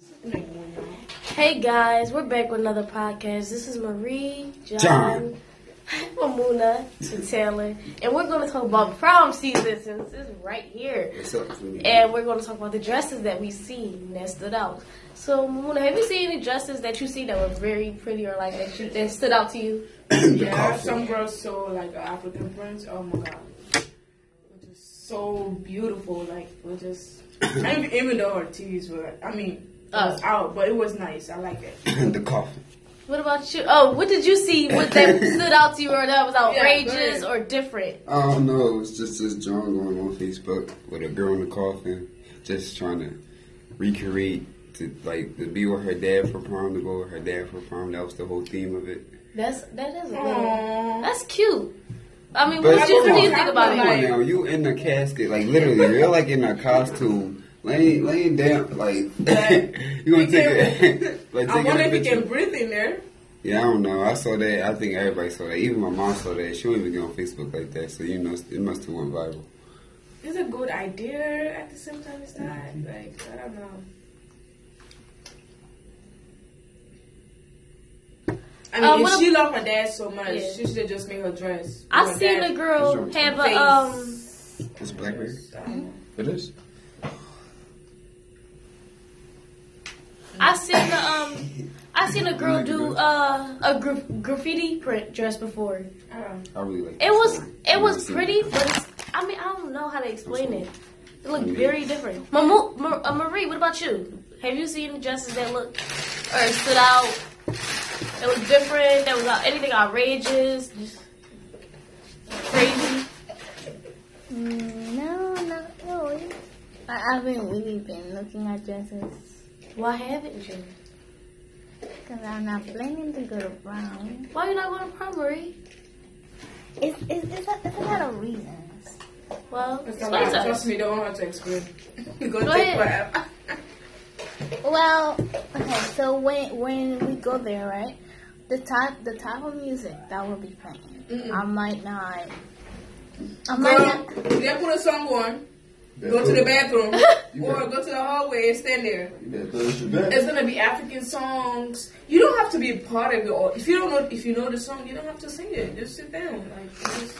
No, we're not. Hey guys, we're back with another podcast. This is Marie, John, John. Mamuna, and Taylor, and we're going to talk about prom season since it's right here. What's up, community? And we're going to talk about the dresses that we see nested out. So, Mamuna, have you seen any dresses that you see that were very pretty or like that you, that stood out to you? the yeah, coffee. some girls sew like an African prints. Oh my god, which is so beautiful. Like, we just I mean, even though her titties were, like, I mean, it was Oh. out, but it was nice. I like it. the coffee. What about you? Oh, what did you see what that stood out to you or that was outrageous ahead. or different? I don't know. It's just this drawing going on Facebook with a girl in the coffin, just trying to recreate to like to be with her dad for prom, to go with her dad for prom. That was the whole theme of it. That's that is a Mm. little, Aww. that's cute. I mean, what did you, what come do you on, think about come it? on now, you in the casket, like literally, you're like in a costume, laying laying down, like you gonna He take can- it. like I taking wonder a if you picture. can breathe in there. Yeah, I don't know. I saw that. I think everybody saw that. Even my mom saw that. She wouldn't even get on Facebook like that. So you know, it must have went viral. It's a good idea. At the same time, it's not like I don't know. I mean, Uh, if what she loved her dad so much, Yeah. she should have just made her dress. I Her seen dad- a girl Is your have face. a um. It's BlackBerry. I don't know. It is. I seen a um. I seen a girl do uh a gra- graffiti print dress before. It I don't know. I really like. this was song. it was I've seen pretty, it. but it's, I mean I don't know how to explain it. It looked very different. Mamu, Mar- uh, Marie, what about you? Have you seen dresses that look or stood out? That looked different. That was out, anything outrageous, just crazy. No, not really. I haven't really been looking at dresses Why haven't you? because I'm not planning to go to prom. Why you not going to prom, Marie? It's, it's, it's, a, it's a lot of reasons. Well, It's a explain lot. to us. Trust me, don't want her to explain. It's gonna Go take ahead. forever. Well, okay, so when when we go there, right? The type the type of music that will be playing, I might not. I might Girl, not. they put a song on. That Go to the hood- bathroom You or better- go to the hallway and stand there. you better throw this shit back. It's gonna be African songs. You don't have to be a part of it. Or if you don't know, if you know the song, you don't have to sing it. Just sit down. Like it's just,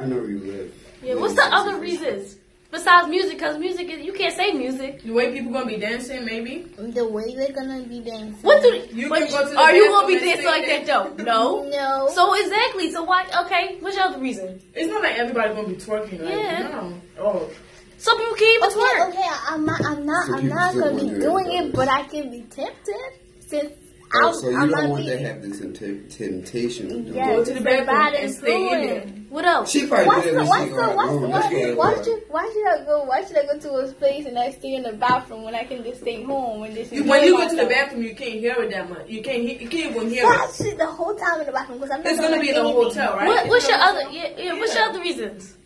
I know where you live. Yeah, what's the other reasons besides music? Because music is you can't say music. the way people gonna be dancing, maybe. The way they're gonna be dancing. What do You but can go to the are you gonna be bathroom and dancing like sing that though? No. No. So exactly. So why? Okay. What's your other reason? It's not like everybody gonna be twerking. Like, Yeah. No. Oh, Some people can't even okay, twerk. okay, I'm not, I'm not, So I'm you not still gonna be wouldn't do doing it, it, but I can be tempted since Oh, I'm, so you I'm don't not want being- to have the tempt- temptation of doing Yeah, Go it. to the it's bathroom bad and stay in there. influence. What else? She probably What's did it the when what's she the got what's the home. why That's should, bad why luck. should why should I go why should I go to a place and I stay in the bathroom when I can just stay home and just You- when you go to the enjoy myself? bathroom, you can't hear it that much. You can't. Hear, you can't even hear That it. shit the whole time in the bathroom because I'm not It's gonna be in a anything. hotel, right? What, It's what's your gonna be- other? Yeah, yeah, What's your other reasons?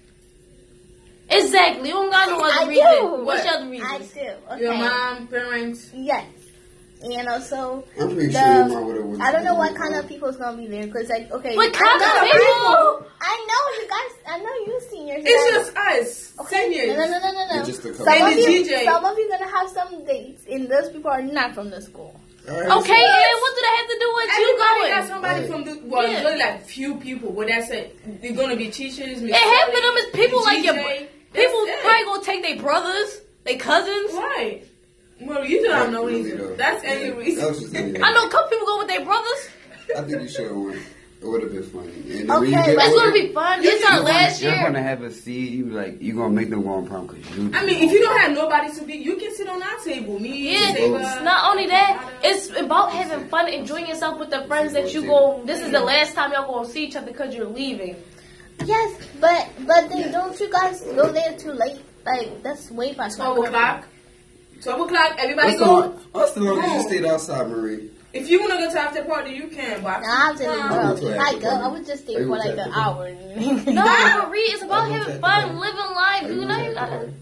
Exactly. You don't got no I other do. reason. What's your other I reasons? do. Okay. Your mom, parents. Yes. And also, I'm pretty sure the- your mom would have. I don't know what kind of people's gonna be there because like okay, What I kind know- of I know- people? I know you guys. I know you seniors. you guys- It's just us, Okay. No, seniors. no, no, no, no. It's no. just a couple. Some, of Maybe you, DJ. some of you gonna have some dates, and those people are not from the school. Okay. And what do that have to do with you Everybody got going? somebody Right. from the well, Yeah. it's only like few people. But that's it. They're gonna be teachers. It half of them is people like your- People That's it. probably gonna take their brothers, their cousins. Right. Well, you do not know reason. That's any That was reason. just any I know a couple people go with their brothers. I think you should have won. It would have been funny. And Okay, when you get that's That's older, gonna be fun. It's you're our gonna- last You're year. gonna have a seat. You like you gonna make them go on prom because you. I mean, if you don't have nobody to be, you can sit on our table. Me, Yeah, Seba. it's not only that, it's about having fun, enjoying yourself with the friends that you go. This is the last time y'all gonna see each other because you're leaving. Yes, but but then don't you guys go there too late? Like that's way past my twelve o'clock. Twelve o'clock. Everybody That's the go. one. That's the one. You stayed outside, Marie. If you wanna go to after party, you can. But No, I didn't Nah. I go. went to If Africa. I go, I would just stay I for went to like an Africa. hour. No, Marie, it's about I want having that fun, to living life. Are you You know, going you to gotta. Africa?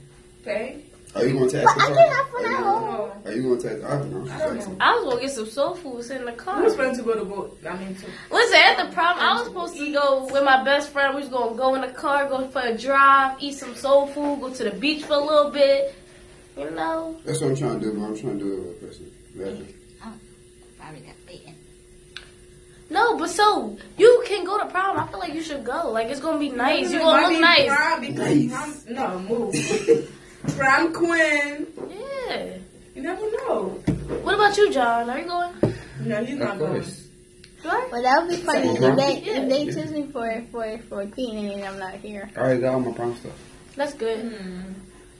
okay. Are you going to but I Africa? can have fun at Are home. you- Oh. Are you going to? Africa? I don't know. I don't know. I was gonna get some soul food it's in the car. Who's going to go to go? I mean, to Listen, at the prom, I was supposed to go with my best friend. We was gonna go in the car, go for a drive, eat some soul food, go to the beach for a little bit. You know, That's what I'm trying to do, but I'm trying to do it with a person. Nothing. Probably got beaten. No, but so you can go to prom. I feel like you should go. Like it's gonna be nice. You gonna look nice. Because I'm, no, move. Prom queen. Yeah. You never know. What about you, John? Are you going? No, he's not Of going. course. What? Well, that would be funny if they Yeah. if they choose me for for for a queen and then I'm not here. All right, that all my prom stuff. That's good. Hmm.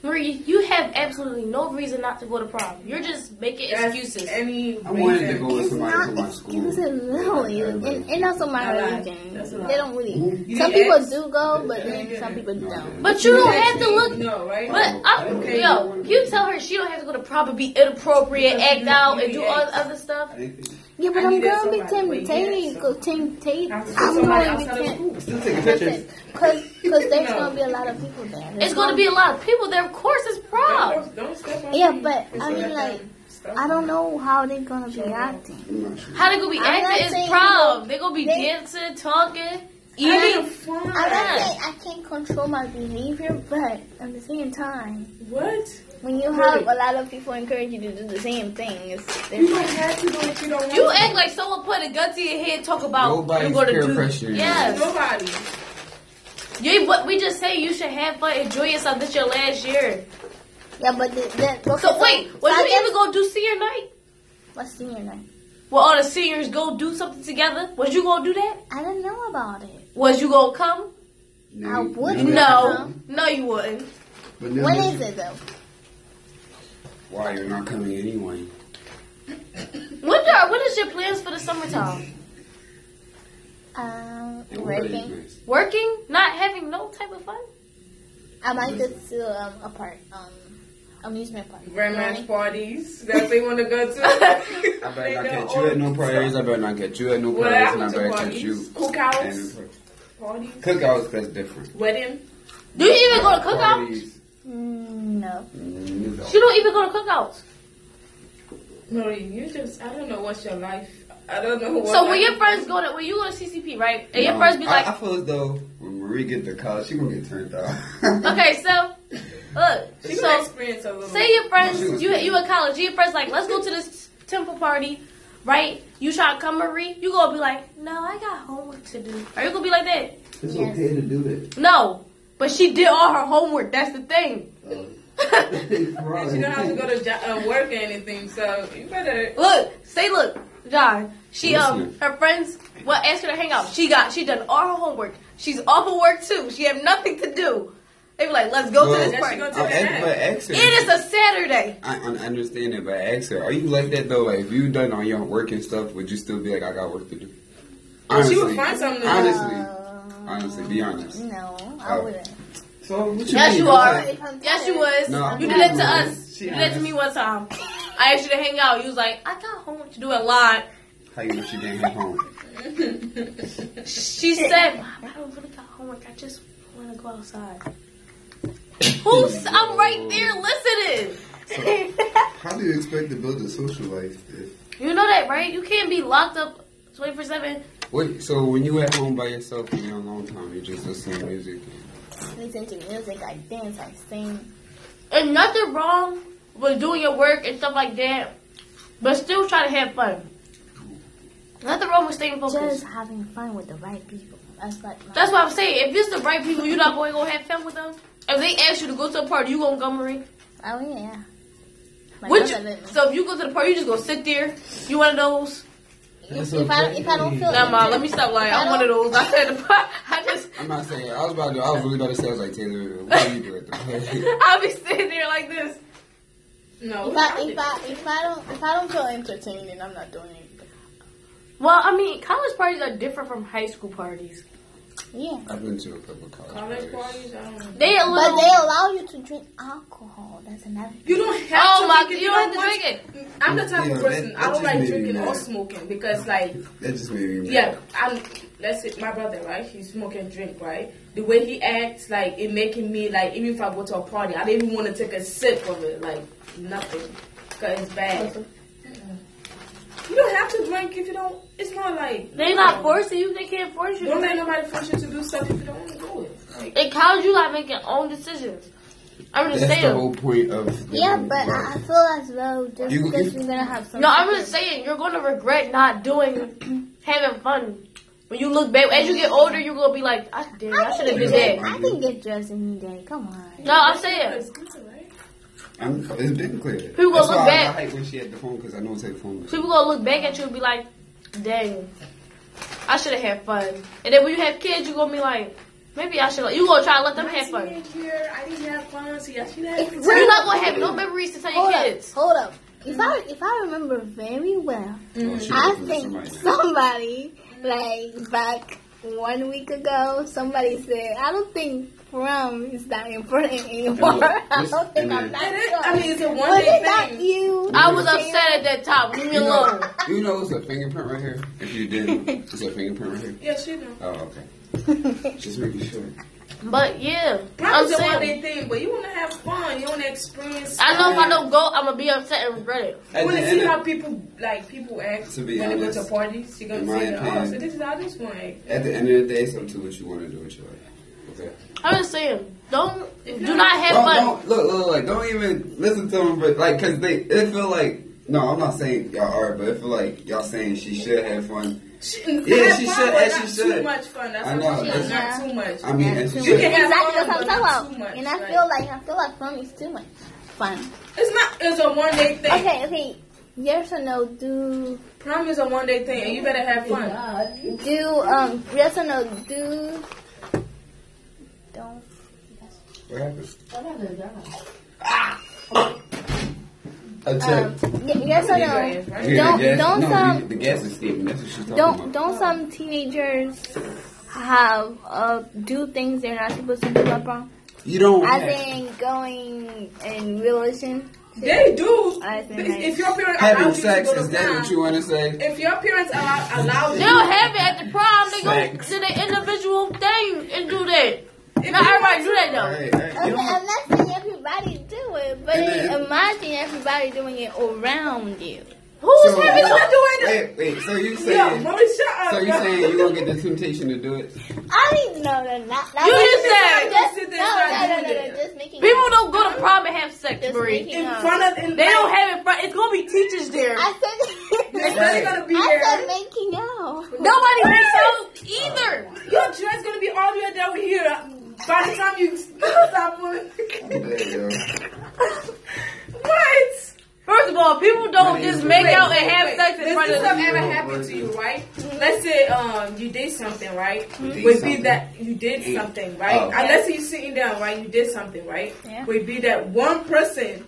Marie, you have absolutely no reason not to go to prom. You're just making That's excuses. Any I wanted to reason. go with It's somebody not from my school. excuses, really, and, and also my That's a lie. religion. That's a lie. They don't really. You Some need people ex- do go, but Yeah. then some people No, don't. But you don't have to look. No, right? But I, Okay. yo, you tell her she don't have to go to prom and be inappropriate, Because act you- out, you and do be all ex- the other stuff. I didn't think- Yeah, but I I'm need that going with somebody, Tim but yeah, Tate. so- Go Tim Tate. I'm I'm somebody going with outside of Tim. school. Still taking Listen, pictures. cause, cause there's No. gonna be a lot of people there. It's going to be a lot of people there. Of course, it's prom. Don't, don't step on Yeah, me. but, It's I mean, nothing. like, Stuff. I don't know how they're gonna be acting. I'm not sure. How they gonna be I'm not acting? It's saying prom. you- They gonna be they- dancing, talking, I eating. mean, fine. I'm not saying I can't control my behavior, but at the same time, What? when you have a lot of people encourage you to do the same thing, it's You different. don't have to do it if you don't want You to. act like someone put a gun to your head. Talk about Nobody's you gonna peer do. pressuring you. Yes. Nobody. You, but we just say you should have fun, enjoy yourself. This your last year. Yeah, but the, the, okay, So wait, so was I you guess- even gonna do senior night? What's senior night? Where all the seniors go do something together? Was you gonna do that? I don't know about it. Was you gonna come? No, I you- would- you No, uh-huh. know- no, you wouldn't. But now When this- is it though? Why you're not coming anyway? What are what is your plans for the summertime? Um, It would be working. nice. Working, not having no type of fun. I might go to um, a park, um, amusement park. Grandma's Really? parties that they want to go to. I better They not know catch all you at no the parties. I stuff. better not catch you at no What parties, and I happened better to catch you. parties? Cookouts, and- parties, Cookouts, that's different. wedding. Do you even go to cookouts? Parties, Mm, no. no. She don't even go to cookouts. No, you just I don't know what's your life. I don't know. What So when life- your friends go to when you go to CCP, right? And your No. friends be I, I like, feel as though when Marie get to college, she gonna get turned out. okay, so look, she gonna so experience a little. Say your friends, She was you good. you in college, your friends like, let's go to this temple party, right? You try to come, Marie, you gonna be like, no, I got homework to do. Are you gonna be like that? It's Yes. okay to do that. No, but she did all her homework. That's the thing. Uh, And she don't have to go to jo- uh, work or anything. So you better. look, say look, John. She um Listen. her friends well asked her to hang out. She got she done all her homework. She's off of work too. She have nothing to do. They be like, let's go Well, to this Then she party. gonna I'm take a ask, but nap. ask her. It is a Saturday. I, I understand it, but ask her. Are you like that though? Like, if you done all your work and stuff, would you still be like, I got work to do? She would find something. to do. Honestly. Uh, honestly, be honest. No, I Oh. wouldn't. So what you Yes, mean? you It's are. like- If I'm Yes, tired- you was. No, you I'm did that to not. us. She you did that to honest. me one time. I asked you to hang out. You was like, I got homework to do at line. How you know she didn't have home? She said, Mom, I don't really got homework. I just want to go outside. Who's? I'm right there listening. How do you expect to build a social life? If, you know that, right? You can't be locked up 24 seven. what, so when you at home by yourself for your long time, you just listen to music. Listen to music, I dance, I sing. And nothing wrong with doing your work and stuff like that, but still try to have fun. Nothing wrong with staying focused. Just having fun with the right people. That's like my That's what I'm saying. If it's the right people, you're not going to have fun with them. If they ask you to go to a party, you going to go, Marie? Oh yeah. My Would brother you? let me. So if you go to the party, you just going to sit there? You one of those? if, if I if I don't feel Nah, Ma, let me stop lying. I'm one of those. I said the party. I just, I'm not saying. I was about to. I was really about to say. I was like Taylor. What do you do at the party? I'll be sitting there like this. No. if I if I if I don't if I don't feel entertained then I'm not doing it. Well, I mean, college parties are different from high school parties. Yeah. I've been to a couple of college, college parties. parties. I don't know. They a But little. they allow you to drink alcohol. That's another You don't have Oh to. my- drink it. you don't have want to drink I'm the type of Yeah, person that- I that just don't like made me drinking or mad. smoking because, like, That just made me. mad. yeah, I'm. Let's say my brother, right? He smoke and drink, right? The way he acts, like, it making me like, even if I go to a party, I didn't even want to take a sip of it, like, nothing, cause it's bad. You don't have to drink if you don't. It's not like They not forcing you. They can't force you. Don't let nobody force you to do stuff if you don't want to do it. Like, In college, you got to make your own decisions. I That's the understand. whole point of. The Yeah, whole but I I world. feel as though just You- because you- you're gonna have some. No, I'm just saying you're gonna regret not doing having fun. When you look back, as you get older, you're gonna be like, I did. I, should have can did get- that. I can get dressed any day. Come on. No, I'm saying. I'm, it's been clear. That's gonna look why I back. like when she had the phone because I know it's her phone. was- People gonna look back at you and be like, dang, I should have had fun. And then when you have kids, you're gonna be like, maybe I should. have You gonna try to let them have fun. Here, I didn't have fun. See, I should If have. we- You're not gonna have no memories to tell your Hold up. kids. Hold up. If I if I remember very well, Oh, she Mm, I looking at think somebody. somebody like back one week ago, somebody said, "I don't think prom is that important anymore." I don't think I'm that It is- sure." I mean, it's a one Was day it not thing. you? I was upset at that time. Leave me You know, alone. you know it's a fingerprint right here. If you didn't, it's a fingerprint right here. Yeah, she know. Oh, okay. Just making sure. But yeah, I'm Probably the one saying. day thing, but you want to have fun. You want to experience. I know if I don't go, I'm gonna be upset and regret it. You At want the to see end how of, people like people act To be when they go to honest, parties. You're in gonna my see, oh, opinion- so this is how this one act. at the end of the day, it's up to what you want to do with your life. Okay. I'm just saying, don't do not have Don't, fun. don't look, look, like don't even listen to them, but like, cause they it feel like. No, I'm not saying y'all are, but it feel like y'all saying she should have fun. She, Yeah, have she fun, should, but and not she Too should. much fun. That's I what know, she that's- said. Not too much. I mean, and she That's should. can have exactly fun, what but I'm not talking too about. much, And I right? feel like I feel like prom is too much fun. it's not. It's a one day thing. Okay, okay. Yes or no? Do Prom is a one day thing, and you better have fun. do um yes or no? Do don't. What happened? Ah! Um, y- yes or no? Don't- don't some- the gas is steaming. That's what she's talking Don't about. don't some teenagers have uh do things they're not supposed to do at prom? You don't. As have- in going and relation. They do. I think If- If your parents allow having you sex to go is to that prom, what you want to say? if your parents allow allow They you, don't have it at the prom. They go Sex. to the individual thing and do that. if Not you everybody want do that All though. right, all right. Okay, You don't- I'm not saying everybody do it, but And then- imagine everybody doing it around you. Who's So- uh, having to- Not doing that. Wait, wait. So you to- Yeah, saying? mommy, shut up. so you saying you gonna get the temptation to do it? I mean, no, no, not. not You like- just said- just you said no, no, that's no, not no, doing no, it. just making People don't go to prom and have sex, Just Marie. making- in front of in They don't have it. Front. It's gonna be teachers there. I said, It's Right. gonna be I said here. making out. Nobody makes out either. Your dress gonna be all the way down here. By the time you stop moving, There you go. what? First of all, people don't Wait, just wait, make Wait, out and have wait, sex in does front this of Mm-hmm. stuff them. ever happen to you, right? Let's say um you did something, right? Mm-hmm. did Would be something. that you did Yeah. something, right? Oh. Unless you sitting down, right? You did something, right? Yeah. Would be that one person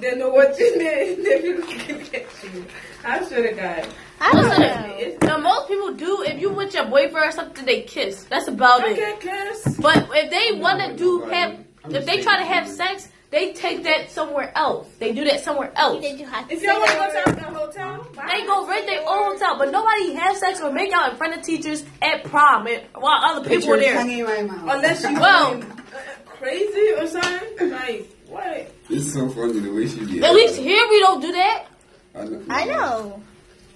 they know what you did. They be looking at you. I swear to God. I don't know. It's- Now most people do. If you with your boyfriend or something, they kiss. That's about I it. can't curse. But if they not wanna with do nobody. have, I'm if just they try to saying. have sex, they take that somewhere else. They do that somewhere else. Did you have If to y'all want to say go to the hotel, bye. They go rent their own hotel, but nobody has sex or make out in front of teachers at prom and, while other people are there. Unless you Well. going, uh, crazy or something. Like what? It's so funny the way she did. At least here we don't do that. know. I know.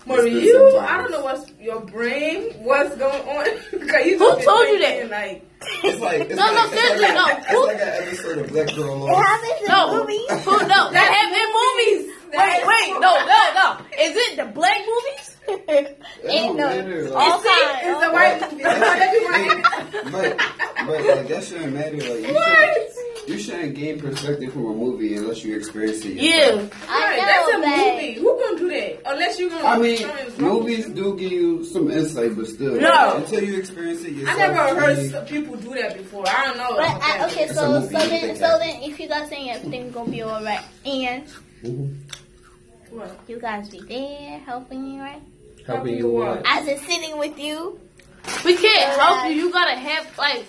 Marie, been you, some I don't know what's your brain, what's going on. 'Cause you Who just been told you thinking, Like, It's like it's No, no, like, it's seriously, like, no. It's like an episode of Black Girl It Law. happens in No, movies. Who, no, that happened in movies. Wait, wait, no, no, no. Is it the black movies? Ain't no. matter, All like- kinds. it's all the white movie. That's why they be white. but but like that shouldn't matter. Like you shouldn't, you shouldn't gain perspective from a movie unless you experience it. yourself. Yeah. Right, I that's know, a babe. movie. Who gonna do that? Unless you gonna. I mean, something's wrong. movies do give you some insight, but still, No. until you experience it I yourself. never heard really- s- people do that before. I don't know. But I, okay, It's a so so movie, you then think so that. then if you guys saying everything's gonna be alright and Mhm. What? you guys be there helping me right helping you walk. as in sitting with you. We can't help you. You gotta have like.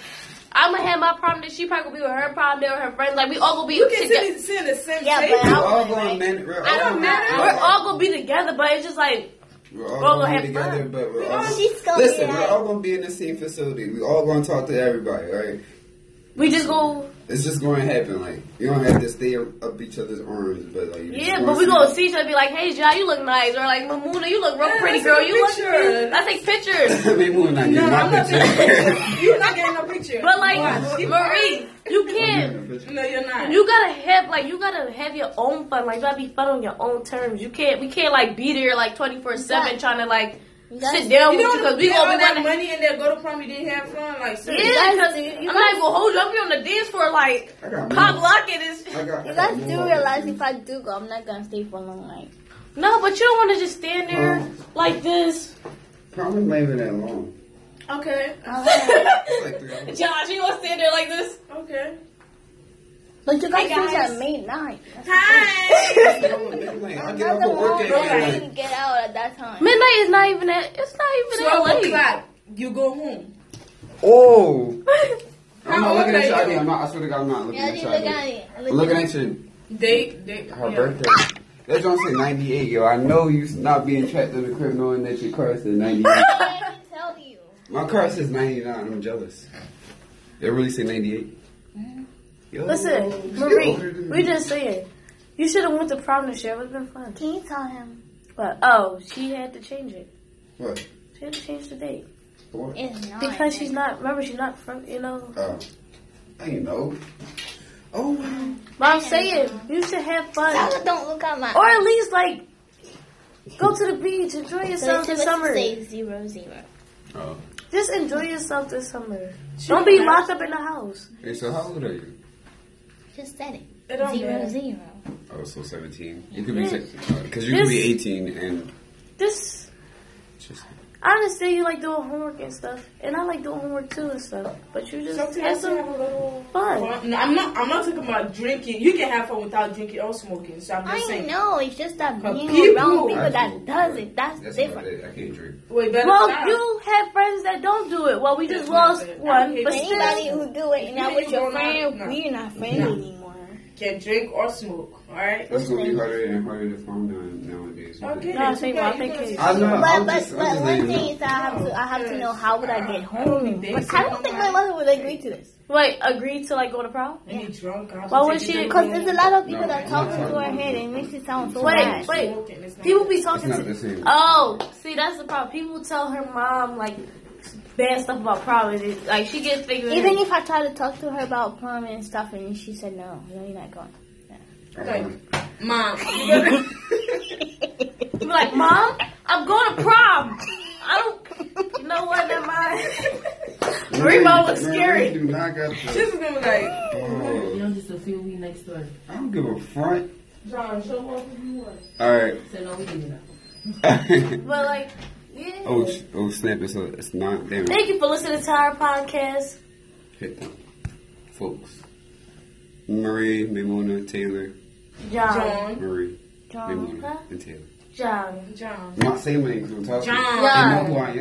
I'm gonna have my prom day. She probably gonna be with her prom day with her friends. Like we all gonna be You can together. sit, sit in the same Yeah, table. but We're I- all going man. We're I all don't gonna- matter. We're all gonna be together, but it's just like We're all We're all gonna gonna be have together, fun. but we're Oh, all she's gonna listen. be We're like- all gonna be in the same facility. We all gonna talk to everybody, right? We just go. It's just going to happen. Like you don't have to stay up, up each other's arms, but like you just Yeah, gonna but we gonna it. see each other and be like, "Hey, Ja, you look nice," or like, "Mamuna, you look real Yeah, pretty, let's girl. take a You look." picture. Let's take pictures. They moving on you. No, My I'm not taking picture. a picture. You're not getting a picture. But like, Watch. Keep- Marie, you can't. No, you're not. You gotta have like you gotta have your own fun. Like you gotta be fun on your own terms. You can't we can't like be there like twenty four seven Right. trying to like You sit guys, down you with you because don't we get all gonna be that like money and then go to prom you didn't have fun. Like, yeah seriously. guys because do- you I'm guys- not gonna hold you Mm-hmm. up. You on the dance floor like I got pop more. locking and shit. I got- I you got guys do more. realize if I do go, I'm not gonna stay for long. Like, No, but you don't want to just stand there Well. like this. Probably not even that long. Okay. It's like three hours. Josh, you want to stand there like this? Okay. but you guys Hey, finish guys. at midnight. Hi. Like, I get That's off a of work long at Right. time midnight. to get out at that time. Midnight is not even that. It's not even that Twelve late. o'clock. You go home. Oh, I'm How not looking at old your are you? ID. I'm not. I swear to God, I'm not looking Yeah, at you your look at ID. it. I'm looking at your They, they. her yeah. birthday. That don't say 98, yo. I know you not being trapped in the crib knowing that your car says 98. I didn't tell you. My car says 99. I'm jealous. It really say 98. Yo. Listen, Marie, we just saying. You should have went to prom this year. It would have been fun. Can you tell him? But oh, she had to change it. What? She had to change the date What? It's not. because she's not. Remember, she's not from. You know. Oh. I ain't know. Oh, wow. But I'm saying you should have fun, Stella, don't look at my. or at least like go to the beach, enjoy So yourself this it's supposed to summer. say zero zero. Oh. Just enjoy yourself this summer. Don't be locked up in the house. Hey, so how old are you? Just said it. It don't Zero matter. zero. I was Oh, so 17. You could be 16. Because you could be 18 and. This Just, I understand you like doing homework and stuff, and I like doing homework too and stuff. But you just have Sometimes you have some a little fun. fun. No, I'm not. I'm not talking about drinking. You can have fun without drinking or smoking. So I'm just I saying. know. It's just that But being people- around I people do, that does but it. That's, that's different. about it. I can't drink. Wait, better Well, stop. you have friends that don't do it. Well, we just That's not lost good. one, but Anybody still. who do it and not with your friend, No. we're not friends No. anymore. can drink or smoke. All right. That's going to be harder and harder to find now- nowadays. Okay. No, I think- I think Okay. it's- I know. But I'm but, just, I'm but just one letting you know. thing is I have to I have to know how would I get I don't home. think But so. I don't think my mother would agree to this Wait, agreed to like go to prom? Any drunk. I'll Why would take she- it because down. there's a lot of people No, that it's talk not into fun. her head and makes it sound so Wait, bad. wait. Smoking, it's not People good. be talking It's not to. the same. Oh, see, that's the problem. People tell her mom like bad stuff about prom. and it- Like she gets things. Even if I tried to talk to her about prom and stuff, and she said no, no, you're not going. Like, mom. you be like, mom, I'm going to prom. I don't. You know what? Never mind. Remo was scary. Man, we do not got to- This is gonna be like, You Oh, know, just a few weeks next door. I don't give a front. John, show off who you are. All right. So no, we didn't. But like, yeah. oh, sh- oh, snap! It's a, it's not damn. Thank you for listening to our podcast. Hit them, folks. Marie, Mimona, Taylor, John. John. Marie, John, Mimona, and Taylor. John. John. I'm not saying my name. 'cause I'm talking. John. They know who I am.